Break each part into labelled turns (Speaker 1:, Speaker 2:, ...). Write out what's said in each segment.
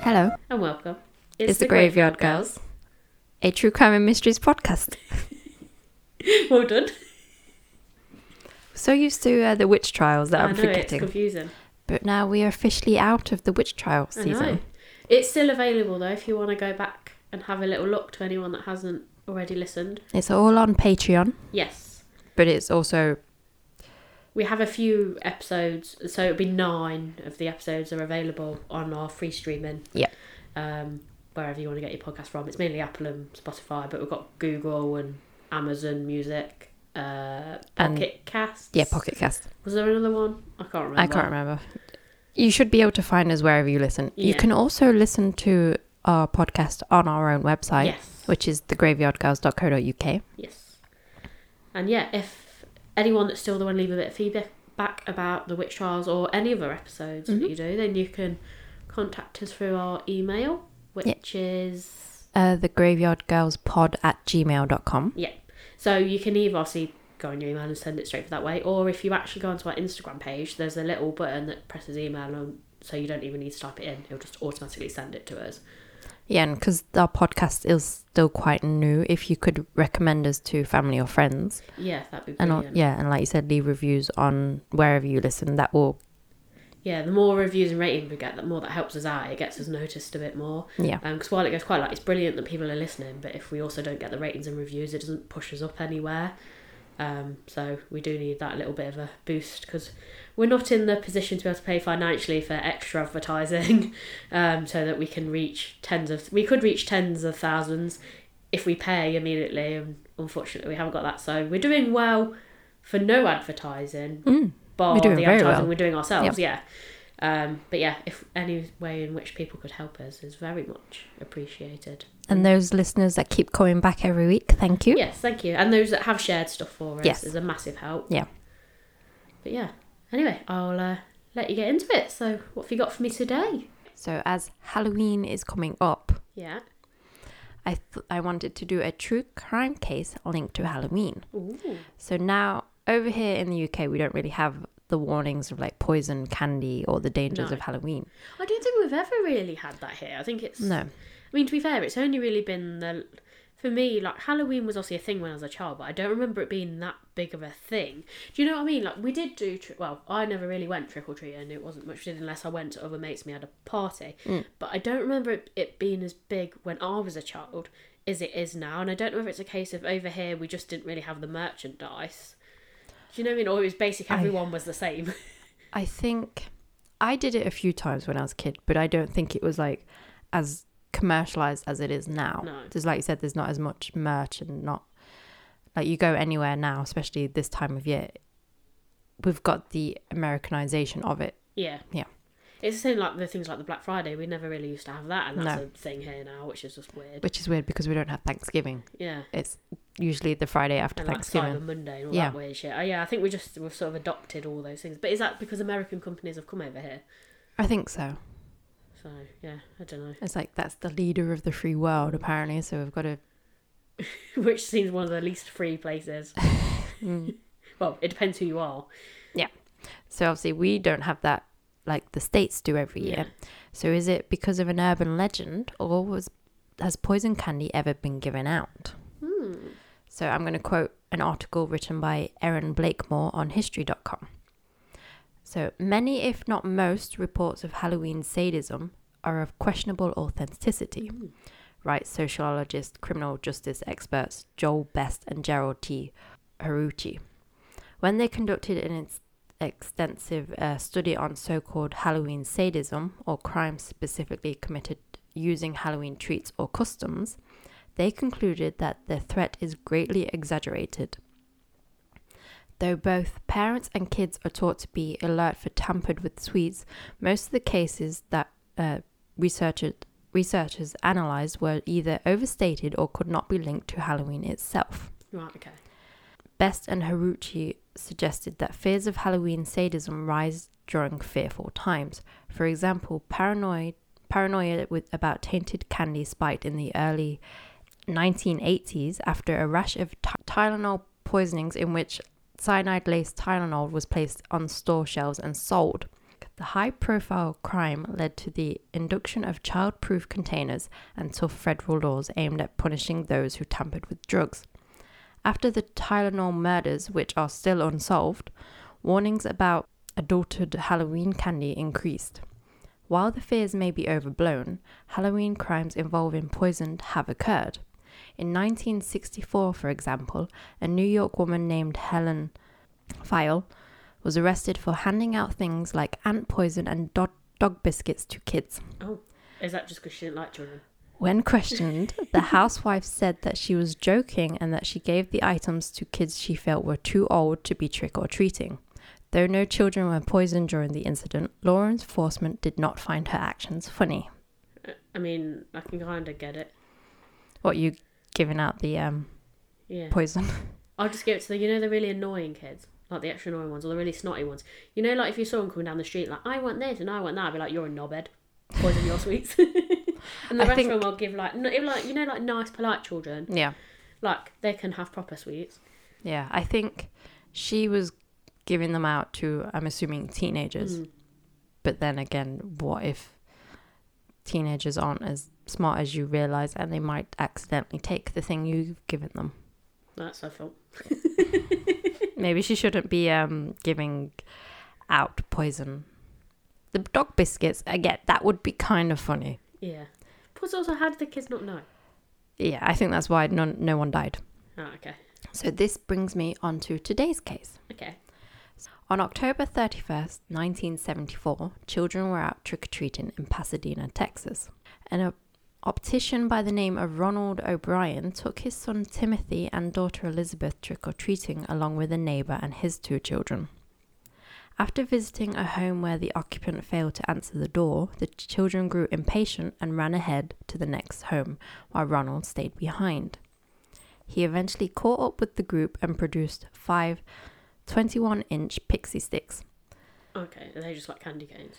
Speaker 1: Hello,
Speaker 2: And welcome.
Speaker 1: It's the Graveyard Girls. a true crime and mysteries podcast.
Speaker 2: Girls. Well done.
Speaker 1: So used to uh, the witch trials that
Speaker 2: i
Speaker 1: I'm
Speaker 2: know it's
Speaker 1: forgetting,
Speaker 2: confusing.
Speaker 1: but now we are officially out of the witch trial
Speaker 2: I know.
Speaker 1: season.
Speaker 2: It's still available though if you want to go back and have a little look to anyone that hasn't already listened.
Speaker 1: It's all on Patreon,
Speaker 2: Yes.
Speaker 1: but it's also
Speaker 2: We have a few episodes, so it'll be nine of the episodes are available on our free streaming.
Speaker 1: Yeah.
Speaker 2: Um, wherever you want to get your podcast from. It's mainly Apple and Spotify, but we've got Google and Amazon Music, uh,
Speaker 1: And-
Speaker 2: Pocket Cast.
Speaker 1: yeah Pocket Cast.
Speaker 2: Was there another one? I can't remember.
Speaker 1: I can't remember. You should be able to find us wherever you listen. You
Speaker 2: Yeah.
Speaker 1: can also listen to our podcast on our own website,
Speaker 2: Yes.
Speaker 1: which is thegraveyardgirls.co.uk.
Speaker 2: Yes. And yeah, if anyone that's still the one leave a bit of feedback back about the witch trials or any other episodes that you do, then you can contact us through our email, which is
Speaker 1: Uh, thegraveyardgirlspod at gmail.com.
Speaker 2: yeah. So you can either obviously go on your email and send it straight for that way, or if you actually go onto our Instagram page, there's a little button that presses email on, so you don't even need to type it in; it'll just automatically send it to us.
Speaker 1: Yeah, and because our podcast is still quite new, if you could recommend us to family or friends,
Speaker 2: Yeah, that'd be
Speaker 1: and
Speaker 2: brilliant.
Speaker 1: on, yeah, and like you said, leave reviews on wherever you listen. That will,
Speaker 2: yeah, the more reviews and ratings we get, the more that helps us out. It gets us noticed a bit more.
Speaker 1: yeah,
Speaker 2: Because Um, while it goes quite like it's brilliant that people are listening, but if we also don't get the ratings and reviews, it doesn't push us up anywhere. Um, so we do need that little bit of a boost because we're not in the position to be able to pay financially for extra advertising, um, so that we can reach tens of we could reach tens of thousands if we pay immediately. And unfortunately, we haven't got that. So we're doing well for no advertising,
Speaker 1: Mm,
Speaker 2: bar
Speaker 1: we're doing
Speaker 2: the
Speaker 1: very
Speaker 2: advertising
Speaker 1: well.
Speaker 2: we're doing ourselves. Yeah. Um, but yeah, if any way in which people could help us is very much appreciated.
Speaker 1: and those listeners that keep coming back every week, thank you.
Speaker 2: Yes, thank you. And those that have shared stuff for us
Speaker 1: Yes.
Speaker 2: is a massive help.
Speaker 1: Yeah.
Speaker 2: But yeah, anyway, I'll uh, let you get into it. So, what have you got for me today?
Speaker 1: So as Halloween is coming up,
Speaker 2: Yeah.
Speaker 1: I th- I wanted to do a true crime case linked to Halloween.
Speaker 2: Ooh.
Speaker 1: So now over here in the UK, we don't really have the warnings of like poison candy or the dangers
Speaker 2: No.
Speaker 1: of Halloween.
Speaker 2: I don't think we've ever really had that here. I think it's.
Speaker 1: No,
Speaker 2: I mean, to be fair, it's only really been the. For me, like, Halloween was obviously a thing when I was a child, but I don't remember it being that big of a thing. Do you know what I mean? Like, we did do. Tri- well, I never really went trick or treating. It wasn't much did unless I went to other mates and we had a party.
Speaker 1: Mm.
Speaker 2: But I don't remember it, it being as big when I was a child as it is now. And I don't know if it's a case of over here we just didn't really have the merchandise. Do you know what I mean? Or it was basic,
Speaker 1: I-
Speaker 2: everyone was the same.
Speaker 1: I think I did it a few times when I was a kid, but I don't think it was like as commercialized as it is now.
Speaker 2: No.
Speaker 1: Just like you said, there's not as much merch and not like you go anywhere now, especially this time of year. We've got the Americanization of it.
Speaker 2: Yeah.
Speaker 1: Yeah.
Speaker 2: It's the same like the things like the Black Friday. We never really used to have that, and that's
Speaker 1: No.
Speaker 2: a thing here now, which is just weird.
Speaker 1: Which is weird because we don't have Thanksgiving.
Speaker 2: yeah.
Speaker 1: It's usually the Friday after
Speaker 2: And like Cyber
Speaker 1: Thanksgiving.
Speaker 2: Monday and all
Speaker 1: Yeah.
Speaker 2: that weird shit. Oh, yeah, I think we just we've sort of adopted all those things. But is that because American companies have come over here?
Speaker 1: I think so.
Speaker 2: So yeah, I don't know.
Speaker 1: It's like that's the leader of the free world apparently, so we've got to
Speaker 2: Which seems one of the least free places.
Speaker 1: Mm.
Speaker 2: well, it depends who you are.
Speaker 1: So obviously we don't have that like the states do every year. So is it because of an urban legend or was has poison candy ever been given out?
Speaker 2: Hmm.
Speaker 1: So I'm going to quote an article written by Erin Blakemore on history.com. So many if not most reports of Halloween sadism are of questionable authenticity. Write sociologist, criminal justice experts Joel Best and Gerald T. Haruchi. When they conducted an ins- extensive uh, study on so called Halloween sadism or crimes specifically committed using Halloween treats or customs, they concluded that the threat is greatly exaggerated. Though both parents and kids are taught to be alert for tampered with sweets, most of the cases that uh, researchers, researchers analysed were either overstated or could not be linked to Halloween itself.
Speaker 2: Right, okay.
Speaker 1: Best and Haruchi suggested that fears of Halloween sadism rise during fearful times. For example, paranoid, paranoia with, about tainted candy spiked in the early 1980s after a rash of Ty- Tylenol poisonings in which cyanide laced Tylenol was placed on store shelves and sold. The high profile crime led to the induction of childproof containers and tough federal laws aimed at punishing those who tampered with drugs. After the Tylenol murders, which are still unsolved, warnings about adulted Halloween candy increased. While the fears may be overblown, Halloween crimes involving poison have occurred. In 1964, for example, a New York woman named Helen File was arrested for handing out things like ant poison and dog, dog biscuits to kids.
Speaker 2: Oh, is that just because she didn't like children?
Speaker 1: When questioned, the housewife said that she was joking and that she gave the items to kids she felt were too old to be trick or treating. Though no children were poisoned during the incident, law enforcement did not find her actions funny.
Speaker 2: I mean, I can kind of get it.
Speaker 1: What you giving out the um,
Speaker 2: Yeah.
Speaker 1: poison?
Speaker 2: I'll just give it to the, you know, the really annoying kids. Like the extra annoying ones or the really snotty ones. You know, like if you saw them coming down the street, like, I want this and I want that, I'd be like, you're a knobhead. Poison your sweets. and the
Speaker 1: I
Speaker 2: rest
Speaker 1: think-
Speaker 2: of them I'll give, like, no, if, like, you know, like nice, polite children.
Speaker 1: yeah,
Speaker 2: Like, they can have proper sweets.
Speaker 1: yeah. I think she was giving them out to, I'm assuming, teenagers.
Speaker 2: Mm.
Speaker 1: But then again, what if teenagers aren't as smart as you realize and they might accidentally take the thing you've given them?
Speaker 2: That's I felt.
Speaker 1: Maybe she shouldn't be um, giving out poison. The dog biscuits, again, that would be kind of funny.
Speaker 2: Yeah. Plus, also, how did the kids not know?
Speaker 1: Yeah, I think that's why none, no one died.
Speaker 2: Oh, okay.
Speaker 1: So this brings me on to today's case.
Speaker 2: Okay.
Speaker 1: On October 31st, 1974, children were out trick or treating in Pasadena, Texas. An op- optician by the name of Ronald O'Brien took his son Timothy and daughter Elizabeth trick or treating along with a neighbor and his two children. After visiting a home where the occupant failed to answer the door, the ch- children grew impatient and ran ahead to the next home, while Ronald stayed behind. He eventually caught up with the group and produced five 21 inch pixie sticks.
Speaker 2: Okay. Are they just like candy canes?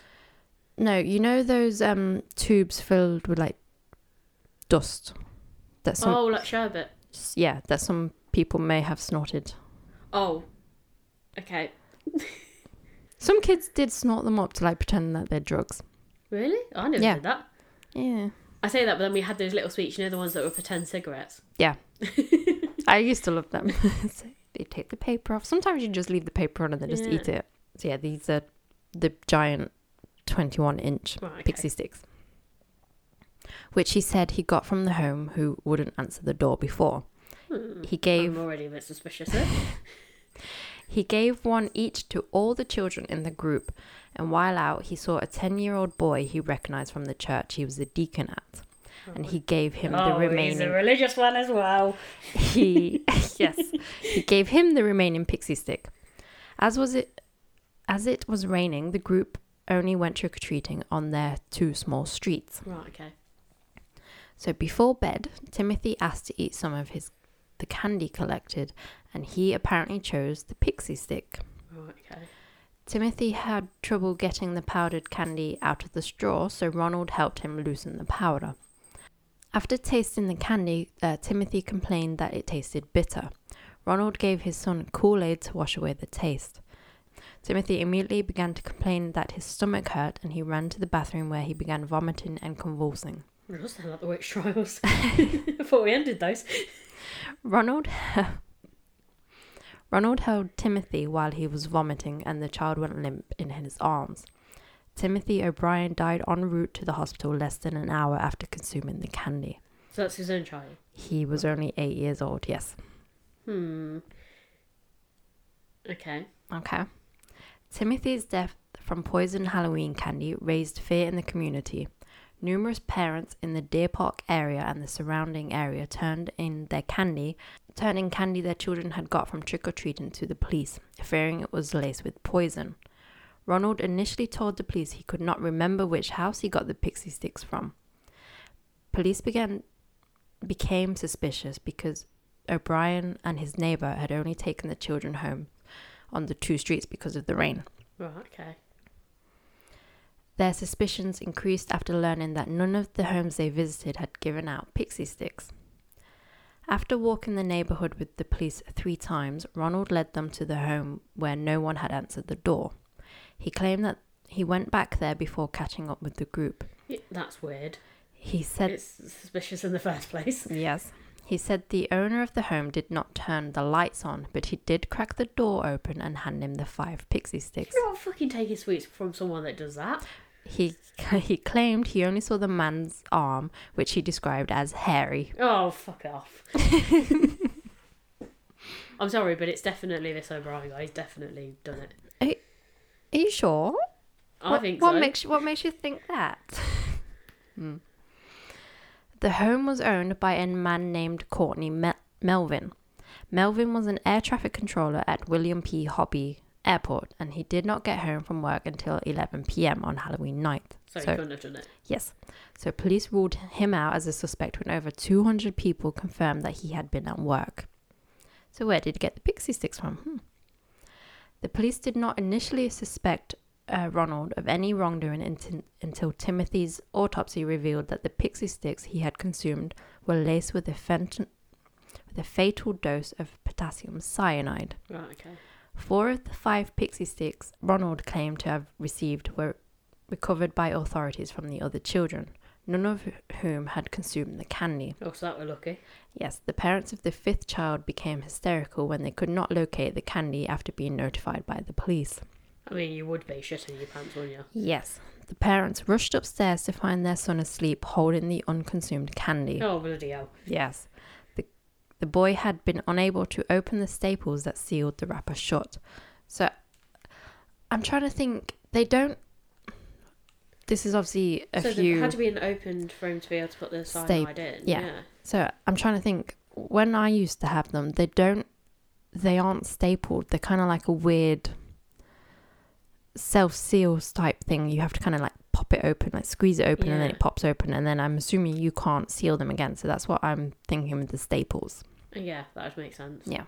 Speaker 1: No, you know those um tubes filled with like dust. That some
Speaker 2: oh, like sherbet.
Speaker 1: yeah, that some people may have snorted.
Speaker 2: Oh. Okay.
Speaker 1: Some kids did snort them up to like pretend that they're drugs.
Speaker 2: Really? I never
Speaker 1: Yeah.
Speaker 2: did that.
Speaker 1: Yeah.
Speaker 2: I say that, but then we had those little sweets, you know, the ones that were pretend cigarettes.
Speaker 1: I used to love them. so you take the paper off. Sometimes you just leave the paper on and then just
Speaker 2: Yeah.
Speaker 1: eat it. So yeah, these are the giant 21 inch
Speaker 2: Right. Okay.
Speaker 1: pixie sticks, which he said he got from the home who wouldn't answer the door before.
Speaker 2: Hmm.
Speaker 1: He gave
Speaker 2: I'm already a bit suspicious. eh? there.
Speaker 1: He gave one each to all the children in the group, and while out, he saw a 10 year old boy he recognized from the church he was the deacon at. And he gave him the
Speaker 2: oh, he's a
Speaker 1: remaining.
Speaker 2: religious one as well.
Speaker 1: He, yes, he gave him the remaining pixie stick. As was it, as it was raining, the group only went trick or treating on their two small streets.
Speaker 2: Right. Okay.
Speaker 1: So before bed, Timothy asked to eat some of his the candy collected, and he apparently chose the pixie stick.
Speaker 2: Right. Okay.
Speaker 1: Timothy had trouble getting the powdered candy out of the straw, so Ronald helped him loosen the powder. After tasting the candy, uh, Timothy complained that it tasted bitter. Ronald gave his son Kool Aid to wash away the taste. Timothy immediately began to complain that his stomach hurt and he ran to the bathroom where he began vomiting and convulsing.
Speaker 2: It does sound like the witch trials. I thought we ended those.
Speaker 1: Ronald Ronald held Timothy while he was vomiting and the child went limp in his arms. Timothy O'Brien died en route to the hospital less than an hour after consuming the candy.
Speaker 2: So that's his own child.
Speaker 1: He was only 8 years old, yes.
Speaker 2: Hmm. Okay.
Speaker 1: Okay. Timothy's death from poisoned Halloween candy raised fear in the community. Numerous parents in the Deer Park area and the surrounding area turned in their candy, turning candy their children had got from trick or treating to the police, fearing it was laced with poison. Ronald initially told the police he could not remember which house he got the pixie sticks from. Police began became suspicious because O'Brien and his neighbor had only taken the children home on the two streets because of the rain.
Speaker 2: Right. Okay.
Speaker 1: Their suspicions increased after learning that none of the homes they visited had given out pixie sticks. After walking the neighborhood with the police three times, Ronald led them to the home where no one had answered the door. He claimed that He went back there before catching up with the group.
Speaker 2: Yeah, that's weird.
Speaker 1: He said
Speaker 2: It's suspicious in the first place.
Speaker 1: Yes. He said the owner of the home did not turn the lights on, but he did crack the door open and hand him the five pixie sticks.
Speaker 2: You're not fucking taking sweets from someone that does that.
Speaker 1: He he claimed he only saw the man's arm, which he described as hairy.
Speaker 2: Oh, fuck off. I'm sorry, but it's definitely this O'Brien guy. He's definitely done it.
Speaker 1: Are you sure?
Speaker 2: I
Speaker 1: what,
Speaker 2: think
Speaker 1: what
Speaker 2: so.
Speaker 1: makes you, what makes you think that? Hmm. The home was owned by a man named Courtney Mel- Melvin. Melvin was an air traffic controller at William P. Hobby Airport, and he did not get home from work until 11 p.m. on Halloween night.
Speaker 2: so, he
Speaker 1: so-
Speaker 2: couldn't have done it.
Speaker 1: Yes. So police ruled him out as a suspect when over 200 people confirmed that he had been at work. So where did he get the pixie sticks from? Hmm. The police did not initially suspect uh, Ronald of any wrongdoing until, until Timothy's autopsy revealed that the pixie sticks he had consumed were laced with a, fent- with a fatal dose of potassium cyanide.
Speaker 2: Right, okay.
Speaker 1: Four of the five pixie sticks Ronald claimed to have received were recovered by authorities from the other children, none of whom had consumed the candy.
Speaker 2: Oh, so that were lucky.
Speaker 1: Yes, the parents of the fifth child became hysterical when they could not locate the candy after being notified by the police.
Speaker 2: I mean, you would be shitting your pants, wouldn't you?
Speaker 1: Yes, the parents rushed upstairs to find their son asleep holding the unconsumed candy.
Speaker 2: Oh, bloody hell.
Speaker 1: Yes. The, the boy had been unable to open the staples that sealed the wrapper shut. So I'm trying to think. They don't. This is obviously a
Speaker 2: so
Speaker 1: few.
Speaker 2: there had to be an opened room to be able to put the
Speaker 1: Sta-
Speaker 2: cyanide in.
Speaker 1: yeah. So I'm trying to think. When I used to have them, they don't. They aren't stapled. They're kind of like a weird self seals type thing. You have to kind of like pop it open, like squeeze it open, and then
Speaker 2: Yeah.
Speaker 1: it pops open. And then I'm assuming you can't seal them again. So that's what I'm thinking with the staples.
Speaker 2: Yeah, yeah that would make sense.
Speaker 1: Yeah.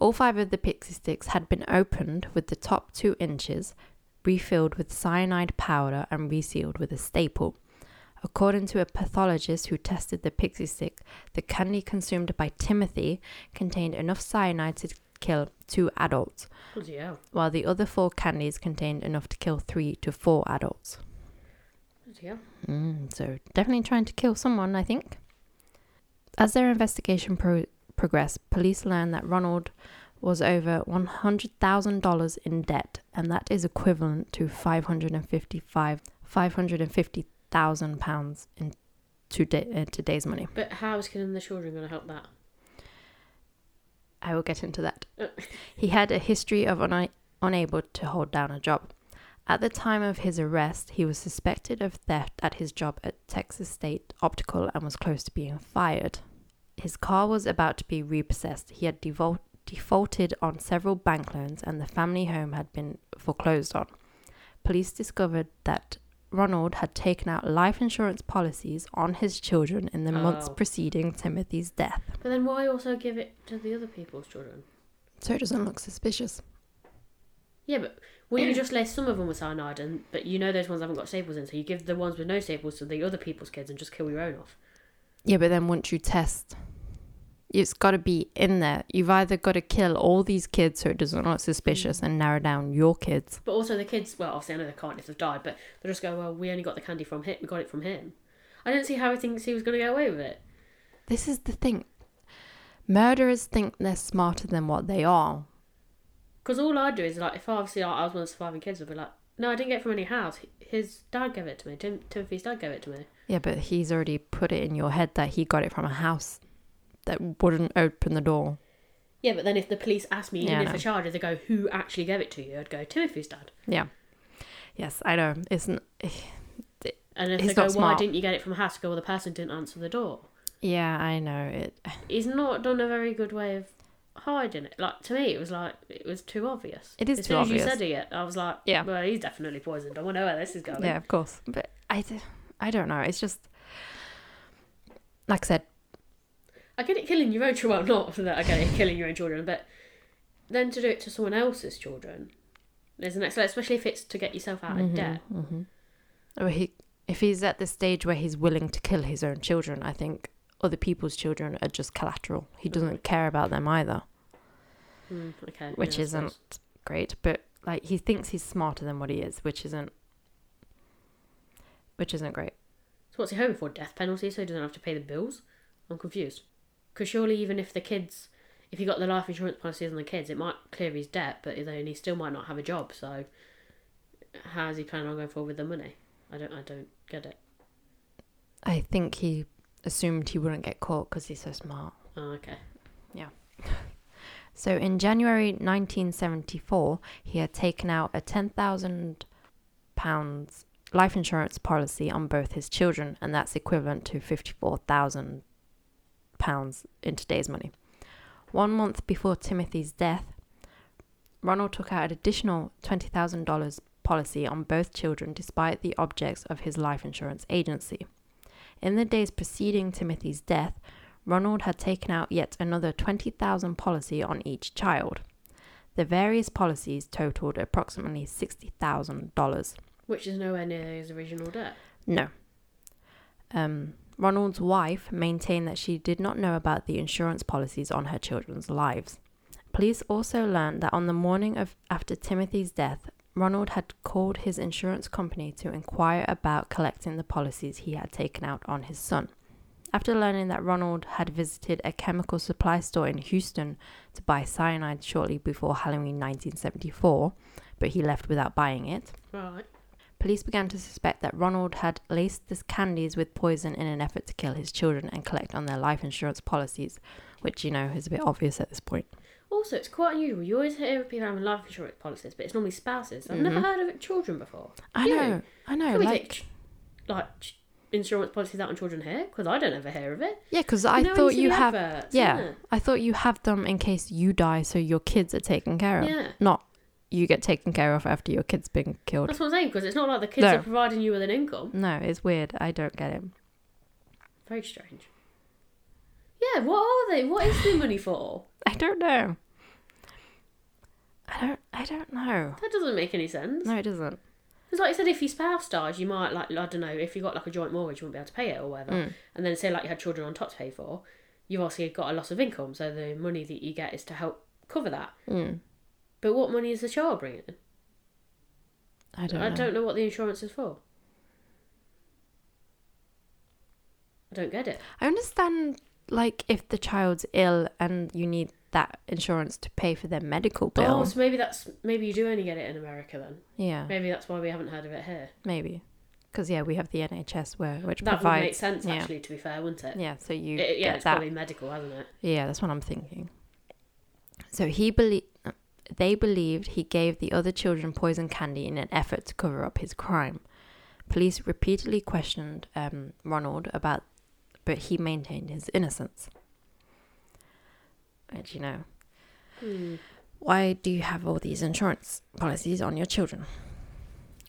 Speaker 1: All five of the pixie sticks had been opened with the top two inches, refilled with cyanide powder, and resealed with a staple. According to a pathologist who tested the pixie stick, the candy consumed by Timothy contained enough cyanide to kill two adults,
Speaker 2: Bloody hell.
Speaker 1: while the other four candies contained enough to kill three to four adults.
Speaker 2: Bloody hell.
Speaker 1: Mm, so definitely trying to kill someone, I think. As their investigation pro- progressed, police learned that Ronald was over $100,000 in debt, and that is equivalent to 555 550,000 pounds in today, uh, today's money.
Speaker 2: But how is killing the children going to help that?
Speaker 1: I will get into that.
Speaker 2: Uh.
Speaker 1: he had a history of una- unable to hold down a job. At the time of his arrest, he was suspected of theft at his job at Texas State Optical and was close to being fired. His car was about to be repossessed. He had devol- defaulted on several bank loans and the family home had been foreclosed on. Police discovered that Ronald had taken out life insurance policies on his children in the months
Speaker 2: Oh.
Speaker 1: preceding Timothy's death.
Speaker 2: But then why also give it to the other people's children?
Speaker 1: So it doesn't look suspicious.
Speaker 2: Yeah, but will you just lace some of them with cyanide, and but you know those ones haven't got staples in, so you give the ones with no staples to the other people's kids and just kill your own off.
Speaker 1: Yeah, but then once you test, it's got to be in there. You've either got to kill all these kids so it doesn't look suspicious and narrow down your kids.
Speaker 2: But also the kids, well, obviously I know they can't if they've died, but they just go, well, we only got the candy from him, we got it from him. I don't see how he thinks he was going to get away with it.
Speaker 1: This is the thing. Murderers think they're smarter than what they are.
Speaker 2: Because all I'd do is like, if obviously I I was one of the surviving kids, I'd be like, no, I didn't get it from any house. His dad gave it to me. Tim- Timothy's dad gave it to me.
Speaker 1: Yeah, but he's already put it in your head that he got it from a house that wouldn't open the door.
Speaker 2: Yeah, but then if the police asked me, even
Speaker 1: Yeah, I
Speaker 2: if
Speaker 1: know.
Speaker 2: I charged, they go, who actually gave it to you? I'd go, Timothy's dad.
Speaker 1: Yeah. Yes, I know. It's n-
Speaker 2: And if
Speaker 1: He's
Speaker 2: they go,
Speaker 1: not
Speaker 2: why
Speaker 1: smart.
Speaker 2: didn't you get it from a house? I go, well, the person didn't answer the door.
Speaker 1: yeah, I know it.
Speaker 2: He's not done a very good way of hiding it. Like to me, it was like it was too obvious.
Speaker 1: It is
Speaker 2: as
Speaker 1: too
Speaker 2: soon As
Speaker 1: obvious.
Speaker 2: you said it, I was like,
Speaker 1: Yeah.
Speaker 2: well, he's definitely poisoned. I want to know where this is going.
Speaker 1: Yeah, of course. But I, d- I don't know. It's just like I said.
Speaker 2: I get it killing your own children. Well, not that I get it killing your own children, but then to do it to someone else's children is the next level, especially if it's to get yourself out of debt.
Speaker 1: Or he, if he's at the stage where he's willing to kill his own children, I think other people's children are just collateral. He doesn't care about them either,
Speaker 2: Mm, okay.
Speaker 1: which
Speaker 2: yeah, I suppose.
Speaker 1: isn't great. But like he thinks he's smarter than what he is, which isn't which isn't great.
Speaker 2: So what's he hoping for? Death penalty so he doesn't have to pay the bills? I'm confused. Because surely even if the kids, if he got the life insurance policies on the kids, it might clear his debt, but then he still might not have a job. So how's he planning on going forward with the money? I don't, I don't get it.
Speaker 1: I think he assumed he wouldn't get caught because he's so smart.
Speaker 2: Oh, okay.
Speaker 1: So in January 1974, he had taken out a 10,000 pounds life insurance policy on both his children and that's equivalent to 54,000 pounds in today's money. 1 month before Timothy's death, Ronald took out an additional $20,000 policy on both children despite the objects of his life insurance agency. In the days preceding Timothy's death, Ronald had taken out yet another 20,000 policy on each child. The various policies totaled approximately $60,000.
Speaker 2: Which is nowhere near his original debt.
Speaker 1: No. Um, Ronald's wife maintained that she did not know about the insurance policies on her children's lives. Police also learned that on the morning of after Timothy's death, Ronald had called his insurance company to inquire about collecting the policies he had taken out on his son. After learning that Ronald had visited a chemical supply store in Houston to buy cyanide shortly before Halloween 1974, but he left without buying it,
Speaker 2: Right.
Speaker 1: Police began to suspect that Ronald had laced the candies with poison in an effort to kill his children and collect on their life insurance policies, which, you know, is a bit obvious at this point.
Speaker 2: Also, it's quite unusual. You always hear of people having life insurance policies, but it's normally spouses. I've never heard of it children before.
Speaker 1: I
Speaker 2: Yeah.
Speaker 1: know, Mm-hmm. I know.
Speaker 2: Can we
Speaker 1: like,
Speaker 2: get ch- like ch- insurance policies out on children here? Because I don't ever hear of it.
Speaker 1: yeah, because I
Speaker 2: No,
Speaker 1: thought
Speaker 2: see
Speaker 1: you
Speaker 2: the
Speaker 1: have.
Speaker 2: adverts,
Speaker 1: yeah,
Speaker 2: yeah.
Speaker 1: I thought you have them in case you die, so your kids are taken care of.
Speaker 2: Yeah.
Speaker 1: Not you get taken care of after your kid's been killed.
Speaker 2: That's what I'm saying. Because it's not like the kids
Speaker 1: No.
Speaker 2: are providing you with an income.
Speaker 1: No, it's weird. I don't get it.
Speaker 2: Very strange. Yeah. What are they? What is the money for?
Speaker 1: I don't know. I don't. I don't know.
Speaker 2: That doesn't make any sense.
Speaker 1: No, it doesn't.
Speaker 2: Because, like you said, if your spouse dies, you might like I don't know if you got like a joint mortgage, you wouldn't be able to pay it or whatever.
Speaker 1: Mm.
Speaker 2: And then say like you had children on top to pay for, you've obviously got a loss of income, so the money that you get is to help cover that.
Speaker 1: Mm.
Speaker 2: But what money is the child bringing? in?
Speaker 1: I don't.
Speaker 2: I
Speaker 1: know.
Speaker 2: don't know what the insurance is for. I don't get it.
Speaker 1: I understand, like, if the child's ill and you need that insurance to pay for their medical
Speaker 2: Oh,
Speaker 1: bills.
Speaker 2: so maybe that's maybe you do only get it in America then.
Speaker 1: Yeah,
Speaker 2: Maybe that's why we haven't heard of it here.
Speaker 1: maybe. Because, yeah, we have the NHS where which
Speaker 2: That would make
Speaker 1: provides.
Speaker 2: sense
Speaker 1: yeah.
Speaker 2: actually. To be fair, wouldn't it?
Speaker 1: Yeah, so you
Speaker 2: It- yeah,
Speaker 1: get
Speaker 2: it's
Speaker 1: that.
Speaker 2: probably medical, hasn't it?
Speaker 1: Yeah, that's what I'm thinking. So he believed. They believed he gave the other children poison candy in an effort to cover up his crime. Police repeatedly questioned um, Ronald about, but he maintained his innocence. Which you know,
Speaker 2: Hmm.
Speaker 1: Why do you have all these insurance policies on your children?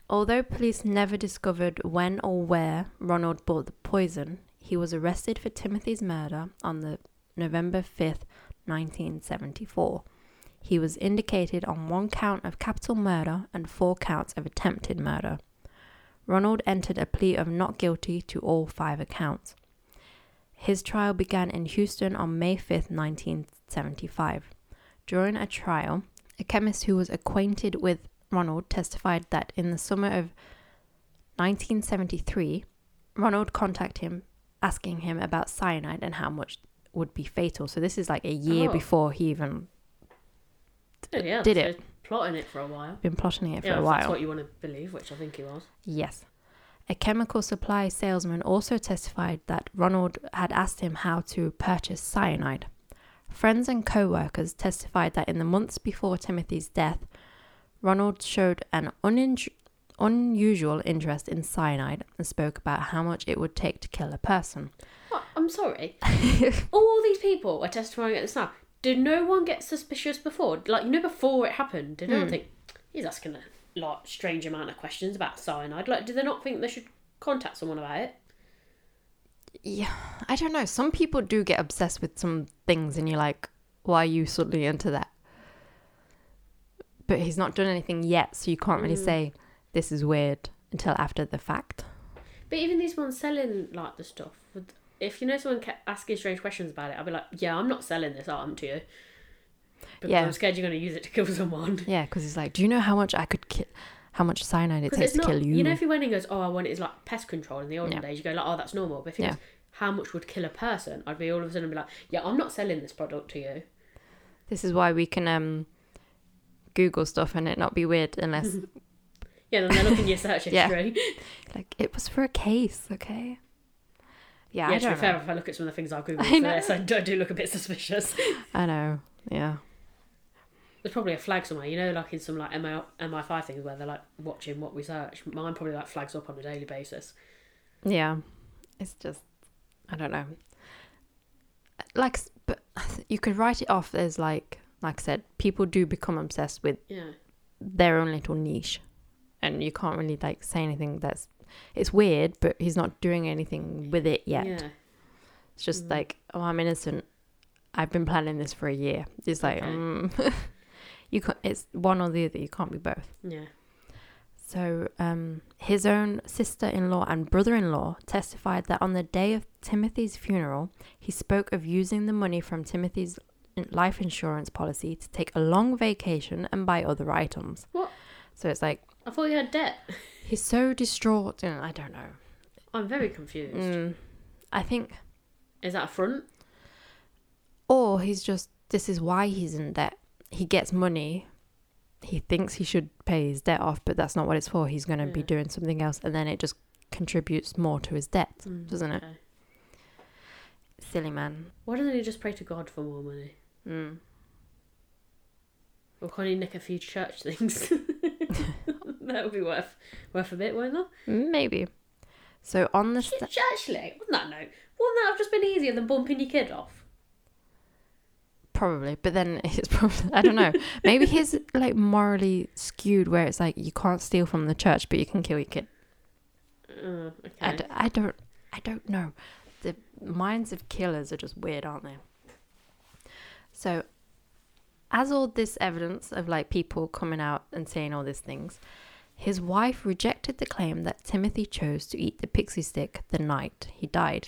Speaker 1: Although police never discovered when or where Ronald bought the poison, he was arrested for Timothy's murder on the November 5th, 1974. He was indicated on one count of capital murder and four counts of attempted murder. Ronald entered a plea of not guilty to all five accounts. His trial began in Houston on May 5th, 1975. During a trial, a chemist who was acquainted with Ronald testified that in the summer of 1973, Ronald contacted him asking him about cyanide and how much would be fatal. So this is like a year
Speaker 2: Oh.
Speaker 1: before he even
Speaker 2: Yeah,
Speaker 1: did
Speaker 2: so
Speaker 1: it.
Speaker 2: plotting it for a while.
Speaker 1: been plotting it for
Speaker 2: yeah,
Speaker 1: a
Speaker 2: if
Speaker 1: while.
Speaker 2: That's what you want to believe, which I think he was.
Speaker 1: Yes. A chemical supply salesman also testified that Ronald had asked him how to purchase cyanide. Friends and co workers testified that in the months before Timothy's death, Ronald showed an unin- unusual interest in cyanide and spoke about how much it would take to kill a person.
Speaker 2: What? I'm sorry. All these people are testifying at this now. Did no one get suspicious before? Like, you know, before it happened, did no
Speaker 1: Hmm.
Speaker 2: one think he's asking a like strange amount of questions about cyanide? Like, do they not think they should contact someone about it?
Speaker 1: Yeah, I don't know. Some people do get obsessed with some things, and you're like, why are you suddenly into that? But he's not done anything yet, so you can't
Speaker 2: Mm.
Speaker 1: really say this is weird until after the fact.
Speaker 2: But even these ones selling like the stuff, would- if you know someone kept asking strange questions about it, I'd be like, yeah, I'm not selling this item to you. Because
Speaker 1: Yeah.
Speaker 2: I'm scared you're going to use it to kill someone.
Speaker 1: Yeah, because he's like, do you know how much I could kill? How much cyanide it
Speaker 2: Because
Speaker 1: takes
Speaker 2: it's
Speaker 1: to
Speaker 2: not,
Speaker 1: kill you?
Speaker 2: you know, if you went in and goes, oh, I want it as like pest control in the olden
Speaker 1: Yeah.
Speaker 2: days, you go like, oh, that's normal. But if it
Speaker 1: Yeah.
Speaker 2: was how much would kill a person, I'd be all of a sudden be like, yeah, I'm not selling this product to you.
Speaker 1: this is why we can um, Google stuff and it not be weird unless
Speaker 2: Yeah, then they're looking your search
Speaker 1: Yeah.
Speaker 2: history. yeah,
Speaker 1: like it was for a case, okay? Yeah, I
Speaker 2: to be
Speaker 1: don't
Speaker 2: fair,
Speaker 1: know.
Speaker 2: if I look at some of the things I've googled
Speaker 1: I
Speaker 2: for
Speaker 1: know.
Speaker 2: this, I do, I do look a bit suspicious.
Speaker 1: I know. Yeah.
Speaker 2: There's probably a flag somewhere, you know, like in some like MI, MI5 things where they're like watching what we search. Mine probably like flags up on a daily basis.
Speaker 1: Yeah, it's just I don't know. Like, s- but you could write it off as like, like I said, people do become obsessed with
Speaker 2: Yeah.
Speaker 1: their own little niche, and you can't really like say anything that's it's weird, but he's not doing anything with it yet.
Speaker 2: Yeah.
Speaker 1: It's just
Speaker 2: Mhm.
Speaker 1: like, oh, I'm innocent. I've been planning this for a year. It's like,
Speaker 2: Okay.
Speaker 1: mm. you can't. It's one or the other. You can't be both.
Speaker 2: Yeah.
Speaker 1: So, um, his own sister in law and brother in law testified that on the day of Timothy's funeral, he spoke of using the money from Timothy's in- life insurance policy to take a long vacation and buy other items.
Speaker 2: What?
Speaker 1: So it's like,
Speaker 2: I thought you had debt.
Speaker 1: he's so distraught. And I don't know.
Speaker 2: I'm very confused.
Speaker 1: Mm, I think,
Speaker 2: Is that a front?
Speaker 1: or he's just, this is why he's in debt. He gets money. He thinks he should pay his debt off, but that's not what it's for. He's going to be
Speaker 2: Yeah.
Speaker 1: doing something else. And then it just contributes more to his debt, doesn't it?
Speaker 2: Mm, Okay.
Speaker 1: Silly man.
Speaker 2: Why doesn't he just pray to God for more money?
Speaker 1: Mm.
Speaker 2: Or can't he nick a few church things? that would be worth worth a bit, won't it?
Speaker 1: Maybe. So on the sta-
Speaker 2: Ch- Actually, on that note, wouldn't that have just been easier than bumping your kid off?
Speaker 1: probably, but then it's probably I don't know. Maybe he's like morally skewed, where it's like you can't steal from the church, but you can kill your kid.
Speaker 2: Uh, okay.
Speaker 1: I, d- I don't I don't know. The minds of killers are just weird, aren't they? So as all this evidence of like people coming out and saying all these things, his wife rejected the claim that Timothy chose to eat the pixie stick the night he died.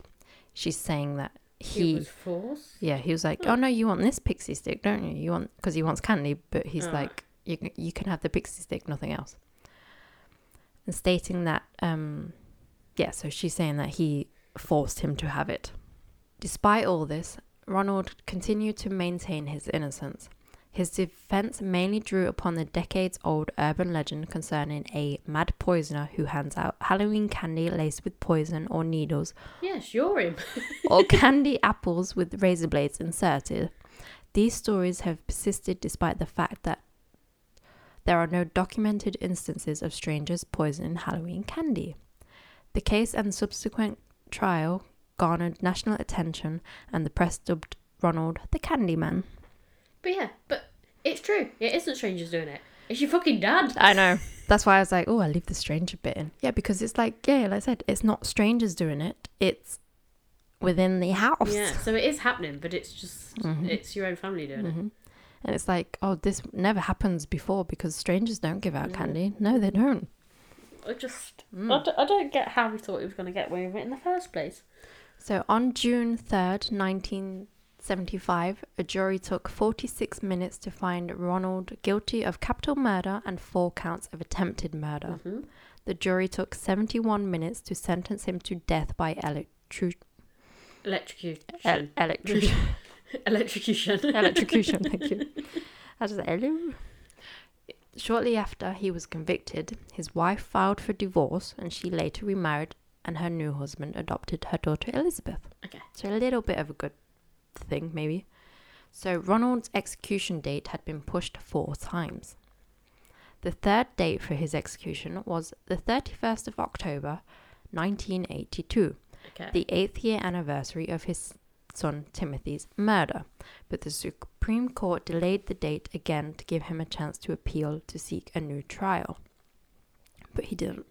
Speaker 1: She's saying that he
Speaker 2: It was forced.
Speaker 1: Yeah, he was like, "Oh no, you want this pixie stick, don't you? You want because he wants candy, but he's
Speaker 2: Ah.
Speaker 1: like, you can- you can have the pixie stick, nothing else." And stating that, um, yeah, so she's saying that he forced him to have it. Despite all this, Ronald continued to maintain his innocence. His defense mainly drew upon the decades old urban legend concerning a mad poisoner who hands out Halloween candy laced with poison or needles
Speaker 2: Yes, you're him.
Speaker 1: or candy apples with razor blades inserted. These stories have persisted despite the fact that there are no documented instances of strangers poisoning Halloween candy. The case and subsequent trial garnered national attention, and the press dubbed Ronald the Candyman.
Speaker 2: But yeah, but it's true. It isn't strangers doing it. It's your fucking dad.
Speaker 1: I know. That's why I was like, oh, I leave the stranger bit in. Yeah, because it's like, yeah, like I said, it's not strangers doing it, it's within the house.
Speaker 2: Yeah, so it is happening, but it's just
Speaker 1: Mm-hmm.
Speaker 2: it's your own family doing it.
Speaker 1: And it's like, oh, this never happens before because strangers don't give out candy. No, they don't.
Speaker 2: I just
Speaker 1: Mm.
Speaker 2: I, don't, I don't get how he thought he was going to get away with it in the first place.
Speaker 1: So on June 3rd, 1975, a jury took 46 minutes to find Ronald guilty of capital murder and four counts of attempted murder. The jury took 71 minutes to sentence him to death by electru- el-
Speaker 2: Electrocution.
Speaker 1: electru-
Speaker 2: Electrocution.
Speaker 1: electrocution. Thank you. I was like, hello. Shortly after he was convicted, his wife filed for divorce and she later remarried, and her new husband adopted her daughter Elizabeth.
Speaker 2: Okay.
Speaker 1: So, a little bit of a good thing, maybe. So, Ronald's execution date had been pushed four times. The third date for his execution was the 31st of October 1982
Speaker 2: Okay.
Speaker 1: the eighth year anniversary of his son Timothy's murder, but the Supreme Court delayed the date again to give him a chance to appeal to seek a new trial. But he didn't.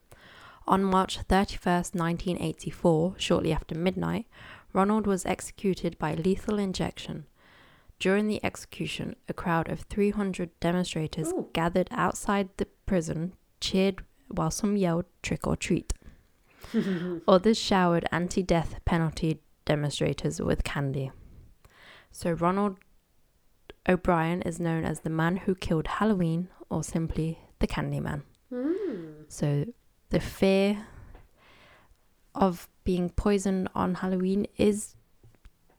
Speaker 1: On March 31st, 1984, shortly after midnight, Ronald was executed by lethal injection. During the execution, a crowd of 300 demonstrators
Speaker 2: Ooh.
Speaker 1: gathered outside the prison, cheered while some yelled trick or treat. Others showered anti death penalty demonstrators with candy. So Ronald O'Brien is known as the man who killed Halloween or simply the Candyman.
Speaker 2: Mm.
Speaker 1: So the fear of being poisoned on Halloween is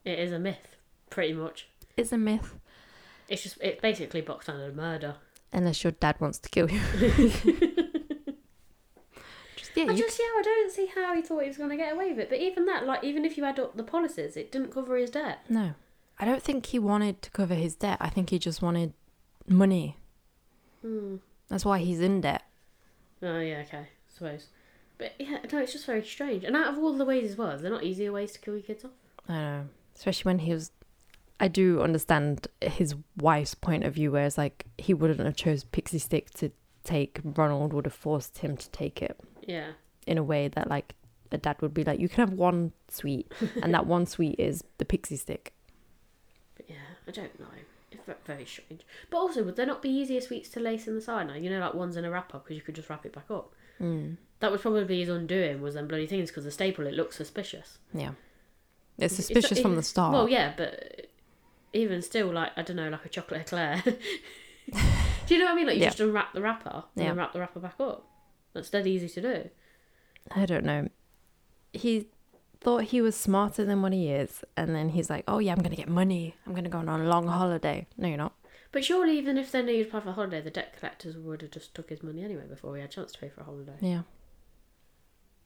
Speaker 2: It is a myth, pretty much.
Speaker 1: is a myth
Speaker 2: It's just it's basically boxed down as murder.
Speaker 1: unless your dad wants to kill you. Just, yeah,
Speaker 2: I
Speaker 1: you
Speaker 2: just yeah, I don't see how he thought he was going to get away with it. But even that, like, even if you add up the policies, it didn't cover his debt.
Speaker 1: No. I don't think he wanted to cover his debt. I think he just wanted money.
Speaker 2: Hmm.
Speaker 1: That's why he's in debt.
Speaker 2: Oh yeah, okay, I suppose. But yeah, no, it's just very strange. And out of all the ways as well, they're not easier ways to kill your kids off.
Speaker 1: I don't know. Especially when he was. I do understand his wife's point of view, where it's like he wouldn't have chose Pixie Stick to take. Ronald would have forced him to take it
Speaker 2: Yeah.
Speaker 1: in a way that, like, a dad would be like, you can have one sweet, and that one sweet is the Pixie Stick.
Speaker 2: But yeah, I don't know. It's ve- very strange. But also, would there not be easier sweets to lace in the cyanide? You know, like ones in a wrapper because you could just wrap it back up.
Speaker 1: Mm.
Speaker 2: That was probably his undoing was them bloody things because the staple it looks suspicious.
Speaker 1: Yeah. It's
Speaker 2: It's not
Speaker 1: suspicious from
Speaker 2: even-
Speaker 1: the start.
Speaker 2: Well, yeah, but even still, like I don't know, like a chocolate eclair. Do you know what I mean? Like you
Speaker 1: Yeah.
Speaker 2: just unwrap the wrapper
Speaker 1: Yeah.
Speaker 2: and then wrap the wrapper back up. That's dead easy to do.
Speaker 1: I don't know. He thought he was smarter than what he is, and then he's like, "Oh yeah, I'm gonna get money. I'm gonna go on a long holiday." No, you're not.
Speaker 2: But surely, even if they knew you'd apply for a holiday, the debt collectors would have just took his money anyway before he had a chance to pay for a holiday.
Speaker 1: Yeah.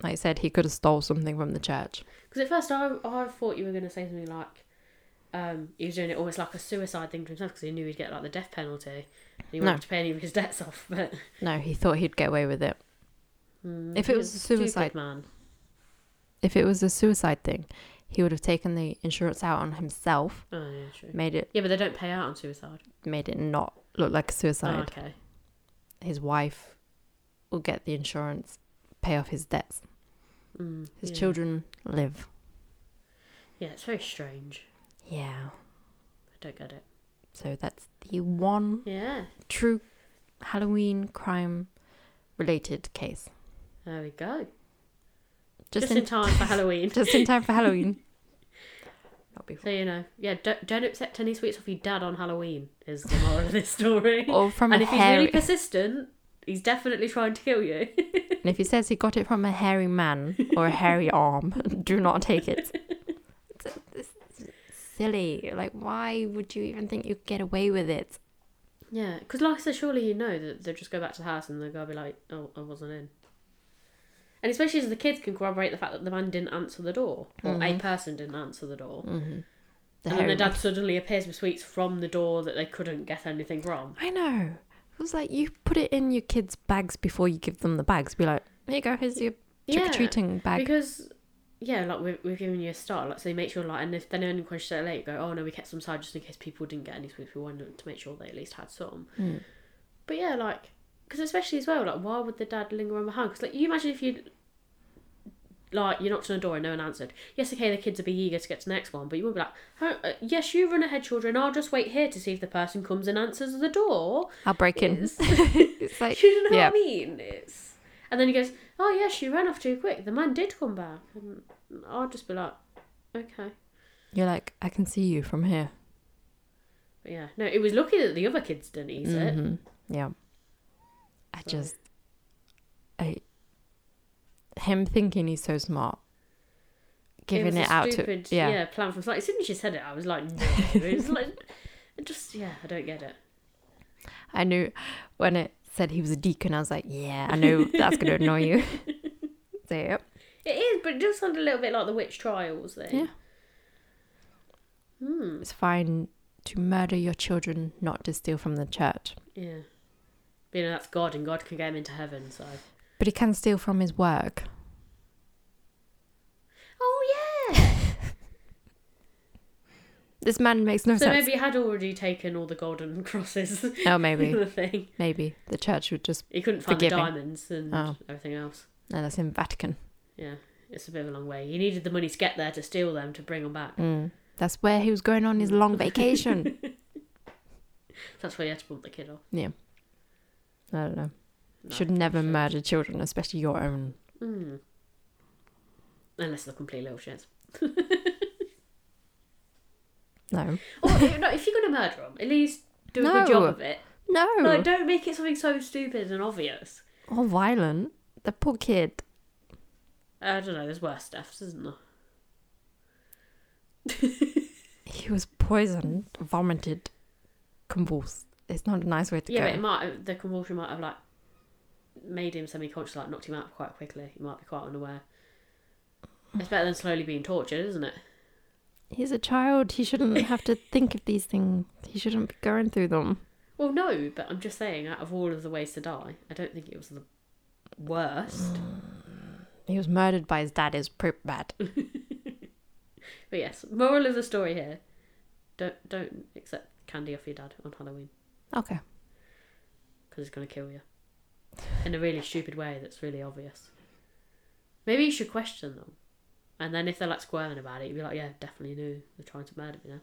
Speaker 1: Like I said, he could have stole something from the church.
Speaker 2: Because at first, I, I thought you were going to say something like um, he was doing it almost like a suicide thing to himself because he knew he'd get like the death penalty and he
Speaker 1: No.
Speaker 2: wouldn't have to pay any of his debts off. But
Speaker 1: No, he thought he'd get away with it.
Speaker 2: Mm,
Speaker 1: If
Speaker 2: he
Speaker 1: it
Speaker 2: was
Speaker 1: was a
Speaker 2: stupid
Speaker 1: suicide-
Speaker 2: man,
Speaker 1: If it was a suicide thing, he would have taken the insurance out on himself,
Speaker 2: oh yeah, true.
Speaker 1: made it
Speaker 2: Yeah, but they don't pay out on suicide.
Speaker 1: made it not look like a
Speaker 2: Oh,
Speaker 1: suicide.
Speaker 2: okay.
Speaker 1: His wife will get the insurance, pay off his debts.
Speaker 2: Mm,
Speaker 1: His
Speaker 2: yeah.
Speaker 1: children live.
Speaker 2: Yeah, it's very strange.
Speaker 1: Yeah.
Speaker 2: I don't get it.
Speaker 1: So that's the one
Speaker 2: Yeah,
Speaker 1: true Halloween crime related case.
Speaker 2: there we go.
Speaker 1: Just, in,
Speaker 2: time for Halloween.
Speaker 1: just in time for Halloween. That'll be
Speaker 2: So you know, yeah, don't, don't accept any sweets off your dad on Halloween is the moral of this story.
Speaker 1: or from
Speaker 2: and
Speaker 1: a
Speaker 2: if he's really
Speaker 1: hairy,
Speaker 2: persistent, he's definitely trying to kill you.
Speaker 1: and if he says he got it from a hairy man or a hairy arm, do not take it. It's, it's silly. Like, why would you even think you could get away with it?
Speaker 2: yeah, because like I said, surely you know that they'll just go back to the house and the guy will be like, "Oh, I wasn't in." And especially as the kids can corroborate the fact that the man didn't answer the door, or a person didn't answer the door,
Speaker 1: The
Speaker 2: and then
Speaker 1: hairy
Speaker 2: Mm. the
Speaker 1: man.
Speaker 2: dad suddenly appears with sweets from the door that they couldn't get anything from.
Speaker 1: I know. It was like you put it in your kids' bags before you give them the bags. Be like, there you go. Here's your
Speaker 2: Yeah.
Speaker 1: trick or treating bag.
Speaker 2: Because yeah, like we've, we've given you a start, like so you make sure like, and if then only question that late, go oh no, we kept some side just in case people didn't get any sweets. We wanted to make sure they at least had some.
Speaker 1: Mm.
Speaker 2: But yeah, like because especially as well, like why would the dad linger on behind? Because like you imagine if you like you knocked on a door and no one answered. Yes, okay, the kids would be eager to get to the next one, but you would be like, "Huh, uh, yes, you run ahead, children. I'll just wait here to see if the person comes and answers the door.
Speaker 1: I'll break in.
Speaker 2: It's-
Speaker 1: it's like,
Speaker 2: you know
Speaker 1: yeah.
Speaker 2: what I mean? It's and then he goes, "Oh yeah, she ran off too quick. The man did come back." And I'll just be like, "Okay."
Speaker 1: You're like, I can see you from here.
Speaker 2: But yeah, no, it was lucky that the other kids didn't eat it.
Speaker 1: Mhm. Yeah. I
Speaker 2: So-
Speaker 1: just, I, him thinking he's so smart, giving
Speaker 2: was
Speaker 1: it,
Speaker 2: a
Speaker 1: out
Speaker 2: stupid,
Speaker 1: to yeah.
Speaker 2: plan from like as soon as she said it, I was like, "No." It was like, it just yeah, I don't get it.
Speaker 1: I knew when it said he was a deacon, I was like, yeah, I know that's gonna annoy you. so yep.
Speaker 2: It is, but it does sound a little bit like the witch trials thing.
Speaker 1: Yeah.
Speaker 2: Hmm.
Speaker 1: it's fine to murder your children, not to steal from the church,
Speaker 2: Yeah. But, you know that's God, and God can get him into heaven. So.
Speaker 1: but he can steal from his work.
Speaker 2: Oh yeah.
Speaker 1: This man makes no
Speaker 2: so
Speaker 1: sense.
Speaker 2: maybe he had already taken all the golden crosses.
Speaker 1: oh, maybe,
Speaker 2: the thing.
Speaker 1: maybe the church would just
Speaker 2: He couldn't find
Speaker 1: Forgiving.
Speaker 2: the diamonds and
Speaker 1: Oh.
Speaker 2: everything else.
Speaker 1: no, that's in Vatican.
Speaker 2: Yeah, it's a bit of a long way. He needed the money to get there to steal them to bring them back.
Speaker 1: Mm. That's where he was going on his long vacation.
Speaker 2: That's why he had to bump the kid off.
Speaker 1: I don't know.
Speaker 2: No,
Speaker 1: Should never
Speaker 2: shit.
Speaker 1: murder children, especially your own.
Speaker 2: Mm. Unless they're complete little shits.
Speaker 1: No.
Speaker 2: Or you know, if you're going to murder them, at least do a good job
Speaker 1: No.
Speaker 2: of it.
Speaker 1: No.
Speaker 2: Like, don't make it something so stupid and obvious.
Speaker 1: Or violent. The poor kid.
Speaker 2: I don't know. There's worse stuff, isn't there?
Speaker 1: He was poisoned, vomited, convulsed. It's not a nice way to
Speaker 2: Yeah,
Speaker 1: go.
Speaker 2: but it might the convulsion might have like made him semi-conscious, like knocked him out quite quickly. He might be quite unaware. It's better than slowly being tortured, isn't it?
Speaker 1: He's a child. He shouldn't have to think of these things. He shouldn't be going through them.
Speaker 2: Well, no, but I'm just saying, out of all of the ways to die, I don't think it was the
Speaker 1: Mm.
Speaker 2: worst.
Speaker 1: He was murdered by his dad. It was pretty bad.
Speaker 2: Mm. But yes, moral of the story here: don't don't accept candy off your dad on Halloween
Speaker 1: Okay.
Speaker 2: because he's gonna kill you in a really stupid way that's really obvious. Maybe you should question them, and then if they're like squirming about it, you'd be like, "Yeah, definitely knew they're trying to murder me now."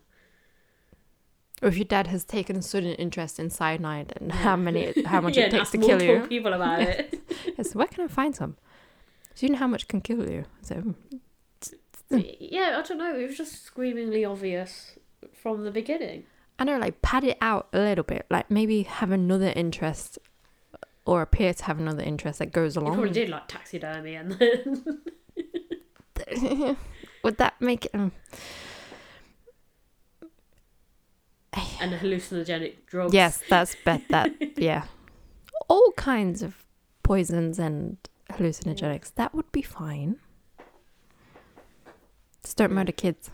Speaker 1: Or if your dad has taken sudden interest in cyanide and how many, how much
Speaker 2: Yeah,
Speaker 1: it
Speaker 2: and
Speaker 1: takes
Speaker 2: ask
Speaker 1: to kill
Speaker 2: multiple
Speaker 1: you.
Speaker 2: people about it.
Speaker 1: Yes, where can I find some? So you know how much can kill you. So
Speaker 2: yeah, I don't know. It was just screamingly obvious from the beginning.
Speaker 1: I don't know, like pad it out a little bit. Like maybe have another interest, or appear to have another interest that goes
Speaker 2: You
Speaker 1: along.
Speaker 2: probably did like taxidermy and then
Speaker 1: Would that make it? Um,
Speaker 2: and hallucinogenic drugs.
Speaker 1: Yes, that's bet that yeah. All kinds of poisons and hallucinogenics. That would be fine. Just don't murder kids.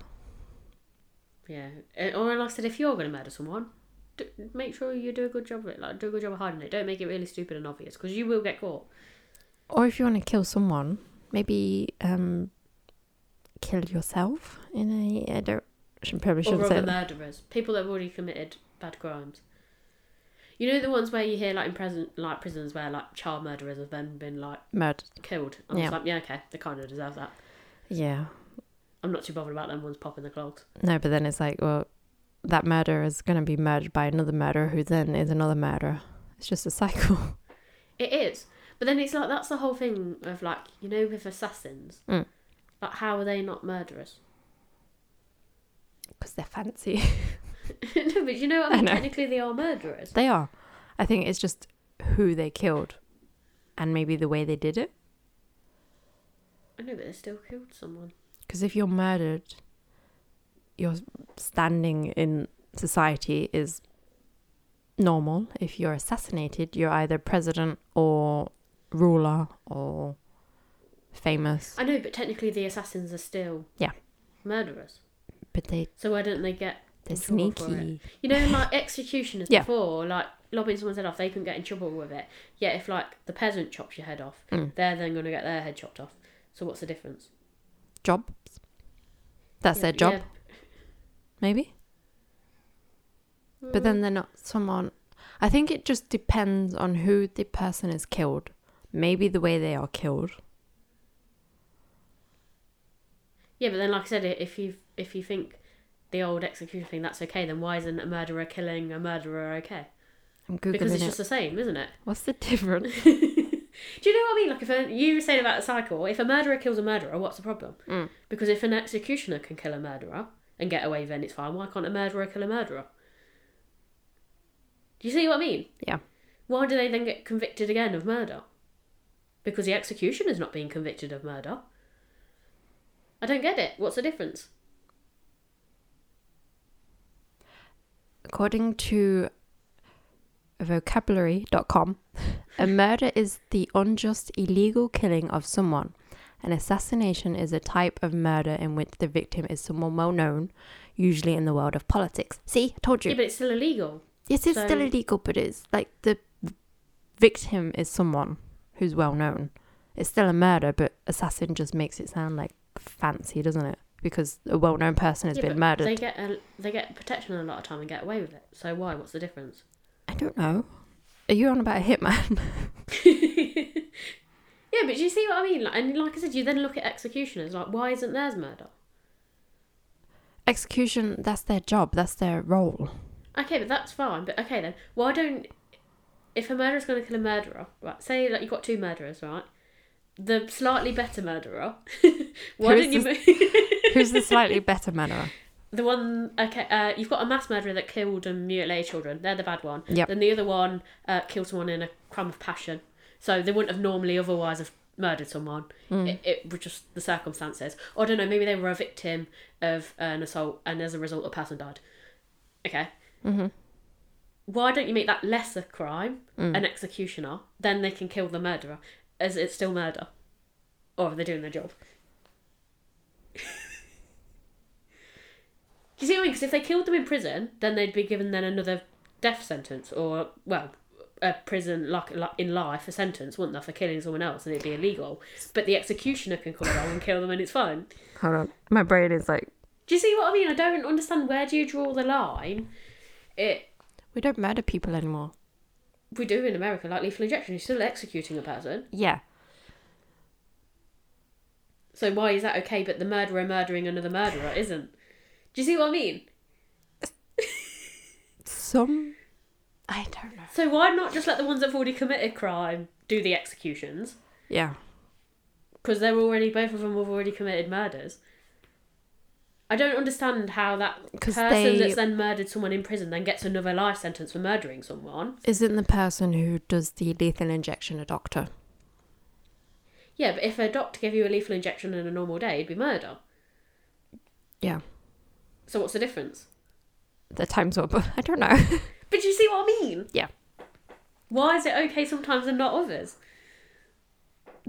Speaker 2: Yeah. And- Or like I said, if you're going to murder someone, do, make sure you do a good job of it. Like do a good job of hiding it. Don't make it really stupid and obvious because you will get caught.
Speaker 1: Or if you want to kill someone, maybe um kill yourself in a I don't should probably
Speaker 2: Or
Speaker 1: shouldn't say
Speaker 2: other
Speaker 1: that.
Speaker 2: murderers, people that have already committed bad crimes. You know the ones where you hear like in prison, like prisons where like child murderers have then been like
Speaker 1: murder.
Speaker 2: killed. I was
Speaker 1: Yeah.
Speaker 2: like, yeah, okay, they kind of deserve that.
Speaker 1: Yeah.
Speaker 2: I'm not too bothered about them ones popping the clogs.
Speaker 1: No, but then it's like, well, that murderer is gonna be murdered by another murderer who then is another murderer. It's just a cycle.
Speaker 2: It is. But then it's like that's the whole thing of like, you know, with assassins.
Speaker 1: Mm.
Speaker 2: Like how are they not murderers?
Speaker 1: Because they're fancy.
Speaker 2: no, but you know what
Speaker 1: I
Speaker 2: I mean?
Speaker 1: know.
Speaker 2: Technically they are murderers.
Speaker 1: They are. I think it's just who they killed and maybe the way they did it.
Speaker 2: I know, but they still killed someone.
Speaker 1: Because if you're murdered, your standing in society is normal. If you're assassinated, you're either president or ruler or famous.
Speaker 2: I know, but technically the assassins are still
Speaker 1: Yeah.
Speaker 2: murderers.
Speaker 1: But they,
Speaker 2: So why don't they get
Speaker 1: they're
Speaker 2: in trouble for it?
Speaker 1: sneaky.
Speaker 2: You know, like executioners
Speaker 1: Yeah.
Speaker 2: before, like lobbing someone's head off, they couldn't get in trouble with it. Yet if like the peasant chops your head off,
Speaker 1: Mm.
Speaker 2: they're then gonna get their head chopped off. So what's the difference?
Speaker 1: Jobs. That's
Speaker 2: Yeah,
Speaker 1: their
Speaker 2: but
Speaker 1: job,
Speaker 2: yeah,
Speaker 1: maybe. But
Speaker 2: Mm.
Speaker 1: then they're not someone. I think it just depends on who the person is killed. Maybe the way they are killed.
Speaker 2: Yeah, but then, like I said, i- if you if you think the old execution thing that's okay, then why isn't a murderer killing a murderer okay?
Speaker 1: I'm googling
Speaker 2: Because it's
Speaker 1: it.
Speaker 2: just the same, isn't it?
Speaker 1: What's the difference?
Speaker 2: Do you know what I mean? Like if a, you were saying about the cycle, if a murderer kills a murderer, what's the problem?
Speaker 1: Mm.
Speaker 2: Because if an executioner can kill a murderer and get away, then it's fine. Why can't a murderer kill a murderer? Do you see what I mean?
Speaker 1: Yeah.
Speaker 2: Why do they then get convicted again of murder? Because the executioner's not being convicted of murder. I don't get it. What's the difference?
Speaker 1: According to vocabulary.com, a murder is the unjust, illegal killing of someone. An assassination is a type of murder in which the victim is someone well known, usually in the world of politics. See, I told you.
Speaker 2: Yeah, but it's still illegal.
Speaker 1: Yes, it's still
Speaker 2: So-
Speaker 1: illegal, but it's like the victim is someone who's well known. It's still a murder, but assassin just makes it sound like fancy, doesn't it? Because a well known person has
Speaker 2: Yeah,
Speaker 1: been
Speaker 2: but
Speaker 1: murdered.
Speaker 2: They get a, they get protection a lot of time and get away with it. So why? What's the difference?
Speaker 1: I don't know. Are you on about a hitman?
Speaker 2: Yeah, but do you see what I mean? Like, and like I said, you then look at executioners. Like, why isn't theirs murder?
Speaker 1: Execution, that's their job, that's their role.
Speaker 2: Okay, but that's fine. But okay then, why don't if a murderer's going to kill a murderer, right? Say like you've got two murderers, right? The slightly better murderer. why
Speaker 1: Who's
Speaker 2: don't you?
Speaker 1: the-
Speaker 2: mo-
Speaker 1: Who's the slightly better murderer?
Speaker 2: the one okay, uh, you've got a mass murderer that killed and mutilated children. They're the bad one.
Speaker 1: Yep.
Speaker 2: Then the other one uh, killed someone in a crime of passion. So they wouldn't have normally otherwise have murdered someone. It, it was just the circumstances. Or I don't know. Maybe they were a victim of an assault, and as a result, a person died. Okay. Why don't you make that lesser crime an executioner? Then they can kill the murderer, as it's still murder. Or are they doing their job? Do you see what I mean? Because if they killed them in prison, then they'd be given then another death sentence or well, a prison like like in life a sentence, wouldn't they, for killing someone else, and it'd be illegal. But the executioner can come along and kill them, and it's fine.
Speaker 1: Hold on. My brain is like,
Speaker 2: Do you see what I mean? I don't understand where do you draw the line. It
Speaker 1: we don't murder people anymore.
Speaker 2: we do in America, like lethal injection, you're still executing a person.
Speaker 1: Yeah.
Speaker 2: So why is that okay? But the murderer murdering another murderer isn't. Do you see what I mean?
Speaker 1: Some. I don't know.
Speaker 2: So why not just let the ones that've already committed crime do the executions?
Speaker 1: Yeah.
Speaker 2: because they're already both of them have already committed murders. I don't understand how that
Speaker 1: 'Cause
Speaker 2: person
Speaker 1: they-
Speaker 2: that's then murdered someone in prison then gets another life sentence for murdering someone.
Speaker 1: Isn't the person who does the lethal injection a doctor?
Speaker 2: Yeah, but if a doctor gave you a lethal injection on a normal day, it'd be murder.
Speaker 1: Yeah.
Speaker 2: So what's the difference?
Speaker 1: The time's up. I don't know.
Speaker 2: But you see what I mean?
Speaker 1: yeah.
Speaker 2: Why is it okay sometimes and not others?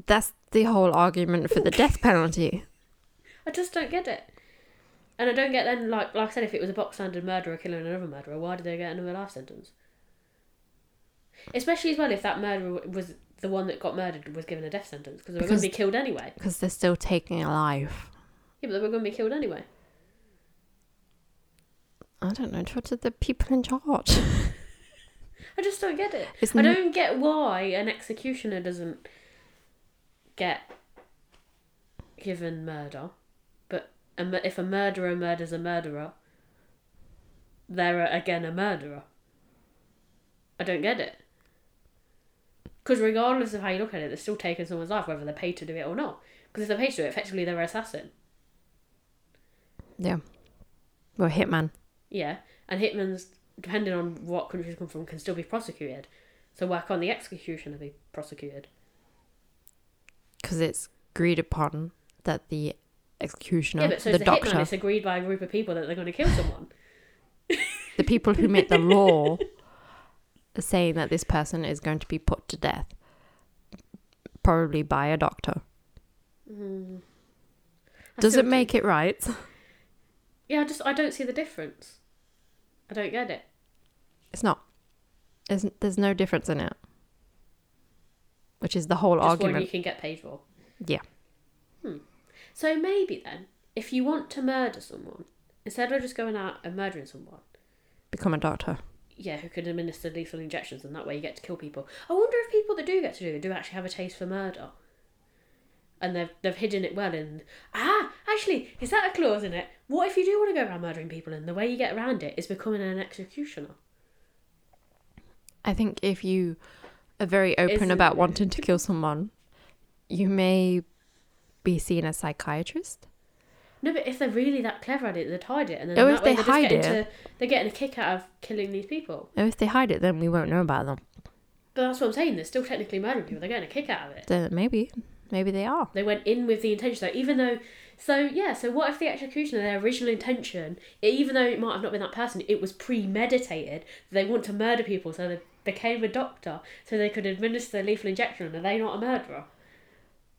Speaker 1: That's the whole argument for the death penalty.
Speaker 2: I just don't get it. And I don't get then like like I said, if it was a box standard murderer killing another murderer, why did they get another life sentence? Especially as well if that murderer was the one that got murdered was given a death sentence because they were going
Speaker 1: Because-
Speaker 2: to be killed anyway.
Speaker 1: Because they're still taking a life.
Speaker 2: Yeah, but they were going to be killed anyway.
Speaker 1: I don't know. What did the people in charge?
Speaker 2: I just don't get it.
Speaker 1: It's
Speaker 2: I
Speaker 1: n-
Speaker 2: don't get why an executioner doesn't get given murder, but a, mur- if a murderer murders a murderer, they're a- again a murderer. I don't get it. Because regardless of how you look at it, they're still taking someone's life, whether they're paid to do it or not. Because if they're paid to do it, effectively they're an assassin.
Speaker 1: yeah. Well, hitman.
Speaker 2: Yeah, and hitmen's depending on what country you come from can still be prosecuted. So why can't the executioner be prosecuted?
Speaker 1: Because it's agreed upon that the executioner,
Speaker 2: yeah, but so
Speaker 1: the
Speaker 2: it's a
Speaker 1: doctor,
Speaker 2: hitman. It's agreed by a group of people that they're going to kill someone.
Speaker 1: the people who make the law are saying that this person is going to be put to death, probably by a doctor.
Speaker 2: Mm. I
Speaker 1: Does
Speaker 2: still
Speaker 1: it make it right?
Speaker 2: don't- Yeah, I just I don't see the difference. I don't get it.
Speaker 1: It's not. There's, there's no difference in it, which is the whole
Speaker 2: Just one you
Speaker 1: argument.
Speaker 2: can get paid for.
Speaker 1: Yeah.
Speaker 2: So maybe then, if you want to murder someone, instead of just going out and murdering someone,
Speaker 1: Become a doctor.
Speaker 2: yeah, who can administer lethal injections, and that way you get to kill people. I wonder if people that do get to do it do actually have a taste for murder, and they've they've hidden it well. And ah, actually, is that a clause in it? What if you do want to go around murdering people, and the way you get around it is becoming an executioner?
Speaker 1: I think if you are very open
Speaker 2: Isn't
Speaker 1: about
Speaker 2: it?
Speaker 1: wanting to kill someone, you may be seen as psychiatrist.
Speaker 2: No, but if they're really that clever at it, they hide it, and then
Speaker 1: Oh,
Speaker 2: that
Speaker 1: if
Speaker 2: way
Speaker 1: they
Speaker 2: they're
Speaker 1: hide
Speaker 2: just getting
Speaker 1: it.
Speaker 2: to, they're getting a kick out of killing these people.
Speaker 1: And if they hide it, then we won't know about them.
Speaker 2: But that's what I'm saying. They're still technically murdering people. They're getting a kick out of it.
Speaker 1: Then maybe, maybe they are.
Speaker 2: They went in with the intention, though, even though. So yeah, so what if the executioner, their original intention, even though it might have not been that person, it was premeditated. They want to murder people, so they became a doctor, so they could administer lethal injection. Are they not a murderer?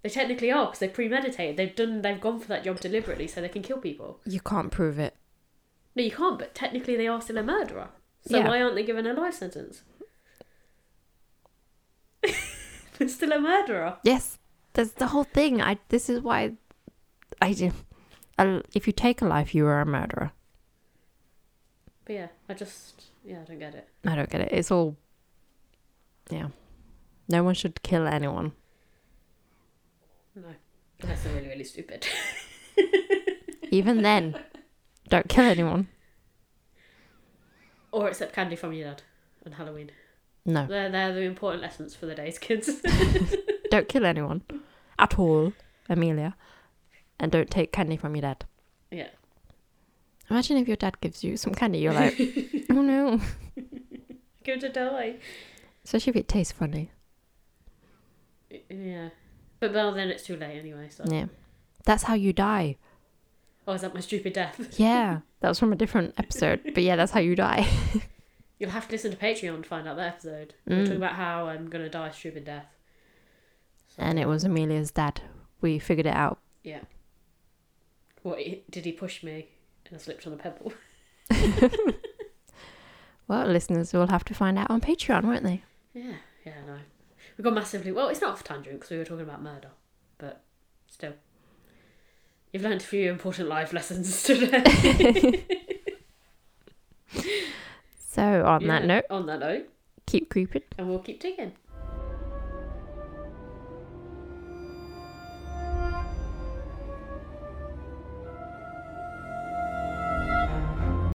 Speaker 2: They technically are because they premeditated. They've done. They've gone for that job deliberately, so they can kill people.
Speaker 1: You can't prove it.
Speaker 2: No, you can't. But technically, they are still a murderer. So
Speaker 1: Yeah.
Speaker 2: why aren't they given a life sentence? They're still a murderer.
Speaker 1: Yes, that's the whole thing. I. This is why, I do. I- If you take a life, you are a murderer.
Speaker 2: But yeah, I just yeah, I don't get it.
Speaker 1: I don't get it. It's all. Yeah, no one should kill anyone.
Speaker 2: No, that's really really stupid.
Speaker 1: Even then, don't kill anyone.
Speaker 2: or accept candy from your dad on Halloween.
Speaker 1: No,
Speaker 2: They're they're the important lessons for the day's kids.
Speaker 1: don't kill anyone at all, Amelia, and don't take candy from your dad.
Speaker 2: yeah,
Speaker 1: Imagine if your dad gives you some candy, you're like, oh no.
Speaker 2: Go to die.
Speaker 1: Especially if it tastes funny.
Speaker 2: Yeah. But well, then it's too late anyway. So.
Speaker 1: Yeah. That's how you die.
Speaker 2: Oh, is that my stupid death?
Speaker 1: Yeah. That was from a different episode. But yeah, that's how you die.
Speaker 2: You'll have to listen to Patreon to find out that episode. We're
Speaker 1: Mm.
Speaker 2: talking about how I'm gonna die a stupid death. So,
Speaker 1: And it was Amelia's dad. We figured it out.
Speaker 2: yeah. What he- did he push me and I slipped on a pebble?
Speaker 1: Well, listeners will have to find out on Patreon, won't they?
Speaker 2: yeah, yeah, no. We got massively well. It's not off tangent because we were talking about murder, but still, you've learned a few important life lessons today.
Speaker 1: So, on that
Speaker 2: Yeah,
Speaker 1: note,
Speaker 2: on that note,
Speaker 1: keep creeping.
Speaker 2: and we'll keep digging.